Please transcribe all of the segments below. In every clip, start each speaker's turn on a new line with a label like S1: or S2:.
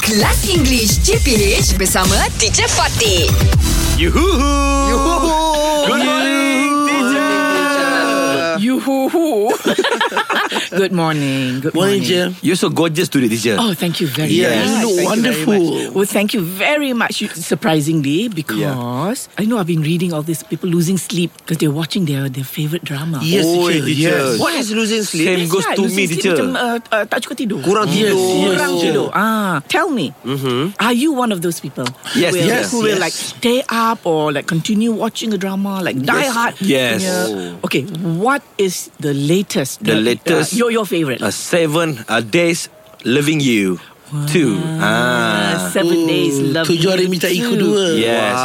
S1: Kelas English CPH bersama Teacher Fatih.
S2: Yuhu. Yuhu. Good morning, teacher.
S3: You hoo hoo. Good morning. Good morning.
S4: Morning, Jim.
S2: You're so gorgeous today, teacher.
S3: Oh, thank you very
S4: Yeah,
S3: much.
S4: you look
S3: Thank very
S4: wonderful.
S3: much. Well, thank you very much. You- Surprisingly, because I know I've been reading all these people losing sleep because they're watching their their favorite drama.
S4: Yes,
S2: Oi,
S4: teacher.
S2: teacher.
S4: Yes. What is losing sleep?
S2: Same
S3: That's
S2: goes
S3: right,
S2: to
S3: losing
S2: me,
S3: sleep
S2: teacher.
S3: lah, Macam, uh, uh, tak cukup tidur.
S4: Kurang
S3: yes,
S4: tidur.
S3: Yes,
S4: Kurang
S3: tidur. Ah, tell me, are you one of those people?
S2: Mm-hmm. Yes,
S3: who will,
S2: yes,
S3: Who will
S4: yes.
S3: like stay up or like continue watching a drama, like Die Hard?
S2: Yes. Oh.
S3: Yeah. Okay, what is the latest?
S2: The latest-
S3: Uh, your your favorite?
S2: Uh, seven uh, days loving you. Two.
S3: Uh,
S2: Ah.
S3: seven days love.
S4: Tujuh hari minta ikut dua.
S2: Yes.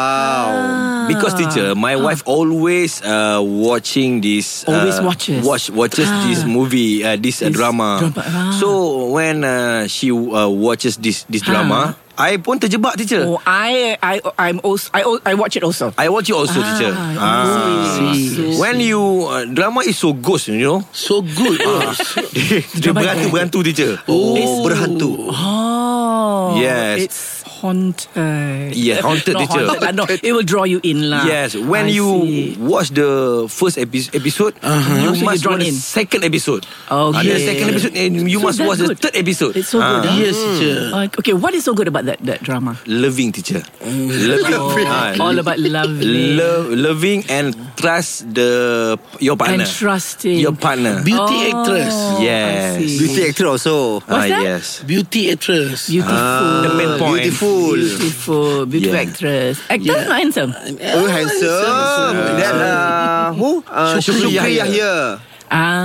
S2: Because teacher, my wife always uh, watching this. uh,
S3: Ah. Always watches. Ah.
S2: Watch watches this movie, uh, this, uh,
S3: This
S2: drama.
S3: drama, ah.
S2: So when uh, she uh, watches this this
S3: Ah.
S2: drama, I pun terjebak teacher.
S3: Oh, I I I'm also I al- I watch it also.
S2: I watch it also,
S3: Ah,
S2: teacher.
S3: I see.
S4: I see.
S2: When you uh, drama is so ghost, you know.
S4: So good. Ah.
S2: Dia dia
S3: Drama is
S2: berhantu
S3: like-
S2: berhantu teacher.
S4: Oh.
S2: berhantu.
S3: Oh,
S2: Yes.
S3: it's haunted.
S2: Yeah, haunted,
S3: Not
S2: teacher.
S3: haunted, lah, no, it will draw you in lah.
S2: Yes, when
S3: I
S2: you
S3: see. Uh-huh.
S2: watch the first epi- episode, you
S3: So you
S2: must
S3: drawn
S2: watch the
S3: in.
S2: second episode.
S3: Okay.
S2: Ada second episode and you
S3: So
S2: must
S3: that's
S2: watch the
S3: good.
S2: third episode.
S3: It's so good.
S2: Ah.
S3: huh?
S4: Yes, teacher.
S3: Uh, okay, what is so good about that that drama?
S2: Loving teacher. Loving. Ah,
S3: Mm. Oh, All about love. eh?
S2: Love, loving and trust the your partner.
S3: And trusting.
S2: Your partner.
S4: Beauty actress.
S3: Oh,
S2: Yes.
S3: I see.
S5: Beauty actor also.
S2: ah,
S3: What's that?
S2: yes.
S4: Beauty actress.
S3: Beautiful.
S2: The main point.
S5: Beautiful.
S3: Beautiful, beautiful
S2: Ah. Yeah.
S3: actress. Actor
S4: Yeah.
S3: not handsome.
S5: Oh, handsome. Then uh, who?
S4: Ah,
S5: Uh,
S2: Shukri
S5: Shukri
S2: Yahya.
S5: Yahya.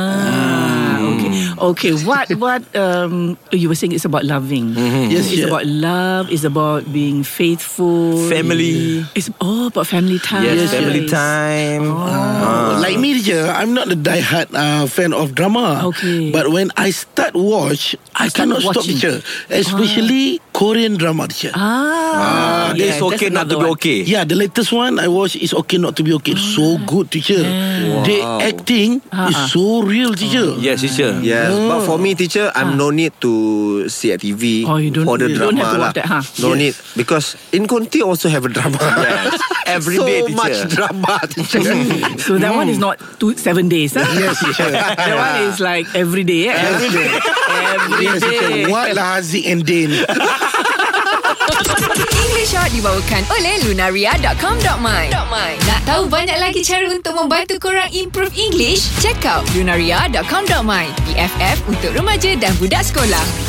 S3: Ah, okay. Okay, what what um you were saying it's about loving.
S4: Yes,
S3: it's
S4: yeah.
S3: about love, it's about being faithful.
S2: Family.
S3: It's all about family time.
S2: Yes, Oh. family time.
S5: Ah.
S4: Uh, like me, teacher, I'm not a die-hard uh, fan of drama.
S3: Okay.
S4: But when I start watch, I
S3: Start
S4: cannot stop,
S3: watching.
S4: teacher. Especially Korean drama, teacher.
S2: Ah,
S3: Ah,
S2: it's okay not to be okay.
S4: Yeah, the latest one I watch is okay not to be okay. So good, teacher. The acting is
S3: Ah, ah.
S4: so real, teacher.
S2: Yes, teacher. Mm. Ah.
S5: Yes, but for me, teacher, I'm no need to see at TV
S3: Oh, you don't-
S5: for the
S3: you
S5: drama
S3: don't have to
S5: lah.
S3: watch that, huh?
S5: No
S4: Yes.
S5: need because in Conti also have a drama.
S2: Yes. Every
S5: so
S2: day,
S5: much
S2: teacher.
S5: drama, teacher.
S3: So that one is not two seven days. Huh? Yes, That one is like every day. eh? Every day. every
S4: Yes,
S3: day.
S4: teacher. What lah Haziq and Din?
S1: English Hot dibawakan oleh Lunaria.com.my Nak tahu banyak lagi cara untuk membantu korang improve English? Check out Lunaria.com.my BFF untuk remaja dan budak sekolah.